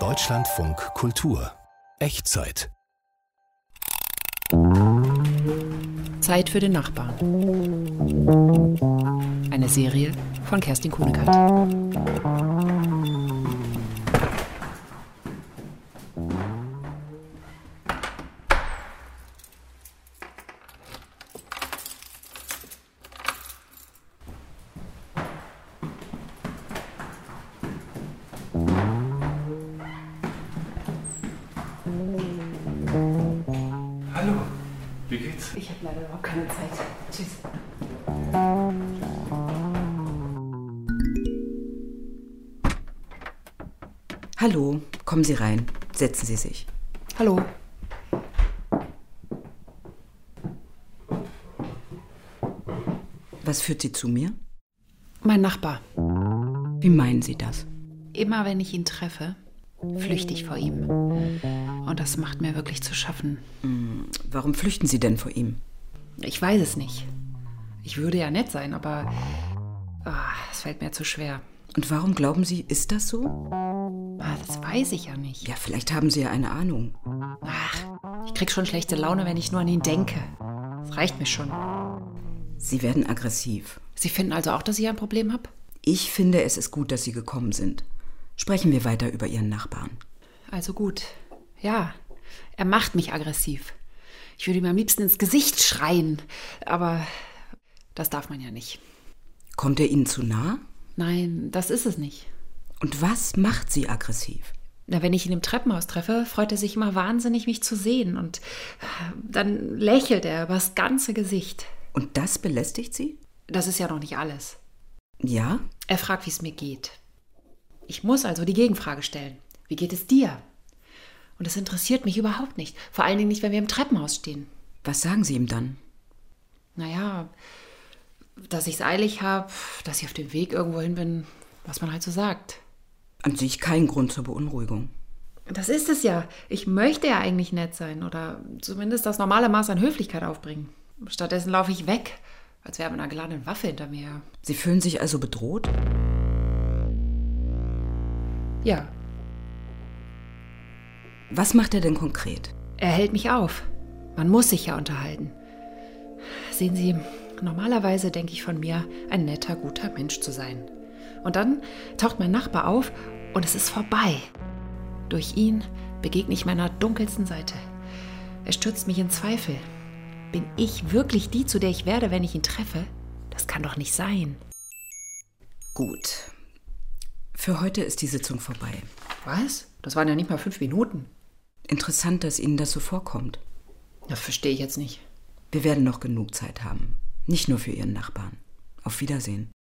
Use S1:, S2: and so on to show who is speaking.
S1: Deutschlandfunk Kultur. Echtzeit.
S2: Zeit für den Nachbarn. Eine Serie von Kerstin Kuhnekart.
S3: Hallo, wie geht's?
S4: Ich habe leider überhaupt keine Zeit. Tschüss.
S5: Hallo, kommen Sie rein. Setzen Sie sich.
S4: Hallo.
S5: Was führt Sie zu mir?
S2: Mein Nachbar.
S5: Wie meinen Sie das?
S2: Immer wenn ich ihn treffe, flüchte ich vor ihm. Und das macht mir wirklich zu schaffen.
S5: Warum flüchten Sie denn vor ihm?
S2: Ich weiß es nicht. Ich würde ja nett sein, aber ah, es fällt mir zu schwer.
S5: Und warum glauben Sie, ist das so?
S2: Ah, das weiß ich ja nicht.
S5: Ja, vielleicht haben Sie ja eine Ahnung.
S2: Ach, ich krieg schon schlechte Laune, wenn ich nur an ihn denke. Das reicht mir schon.
S5: Sie werden aggressiv.
S2: Sie finden also auch, dass ich ein Problem habe?
S5: Ich finde, es ist gut, dass Sie gekommen sind. Sprechen wir weiter über Ihren Nachbarn.
S2: Also gut. Ja, er macht mich aggressiv. Ich würde ihm am liebsten ins Gesicht schreien. Aber das darf man ja nicht.
S5: Kommt er Ihnen zu nah?
S2: Nein, das ist es nicht.
S5: Und was macht Sie aggressiv?
S2: Na, wenn ich ihn im Treppenhaus treffe, freut er sich immer wahnsinnig, mich zu sehen. Und äh, dann lächelt er übers ganze Gesicht.
S5: Und das belästigt Sie?
S2: Das ist ja noch nicht alles.
S5: Ja?
S2: Er fragt, wie es mir geht. Ich muss also die Gegenfrage stellen. Wie geht es dir? Und das interessiert mich überhaupt nicht. Vor allen Dingen nicht, wenn wir im Treppenhaus stehen.
S5: Was sagen Sie ihm dann?
S2: Naja, dass ich es eilig habe, dass ich auf dem Weg irgendwo hin bin, was man halt so sagt.
S5: An sich kein Grund zur Beunruhigung.
S2: Das ist es ja. Ich möchte ja eigentlich nett sein oder zumindest das normale Maß an Höflichkeit aufbringen. Stattdessen laufe ich weg, als wäre mit einer geladenen Waffe hinter mir her.
S5: Sie fühlen sich also bedroht?
S2: Ja,
S5: Was macht er denn konkret?
S2: Er hält mich auf. Man muss sich ja unterhalten. Sehen Sie, normalerweise denke ich von mir, ein netter, guter Mensch zu sein. Und dann taucht mein Nachbar auf und es ist vorbei. Durch ihn begegne ich meiner dunkelsten Seite. Er stürzt mich in Zweifel. Bin ich wirklich die, zu der ich werde, wenn ich ihn treffe? Das kann doch nicht sein.
S5: Gut. Für heute ist die Sitzung vorbei.
S2: Was? Das waren ja nicht mal fünf Minuten.
S5: Interessant, dass Ihnen das so vorkommt.
S2: Das verstehe ich jetzt nicht.
S5: Wir werden noch genug Zeit haben. Nicht nur für Ihren Nachbarn. Auf Wiedersehen.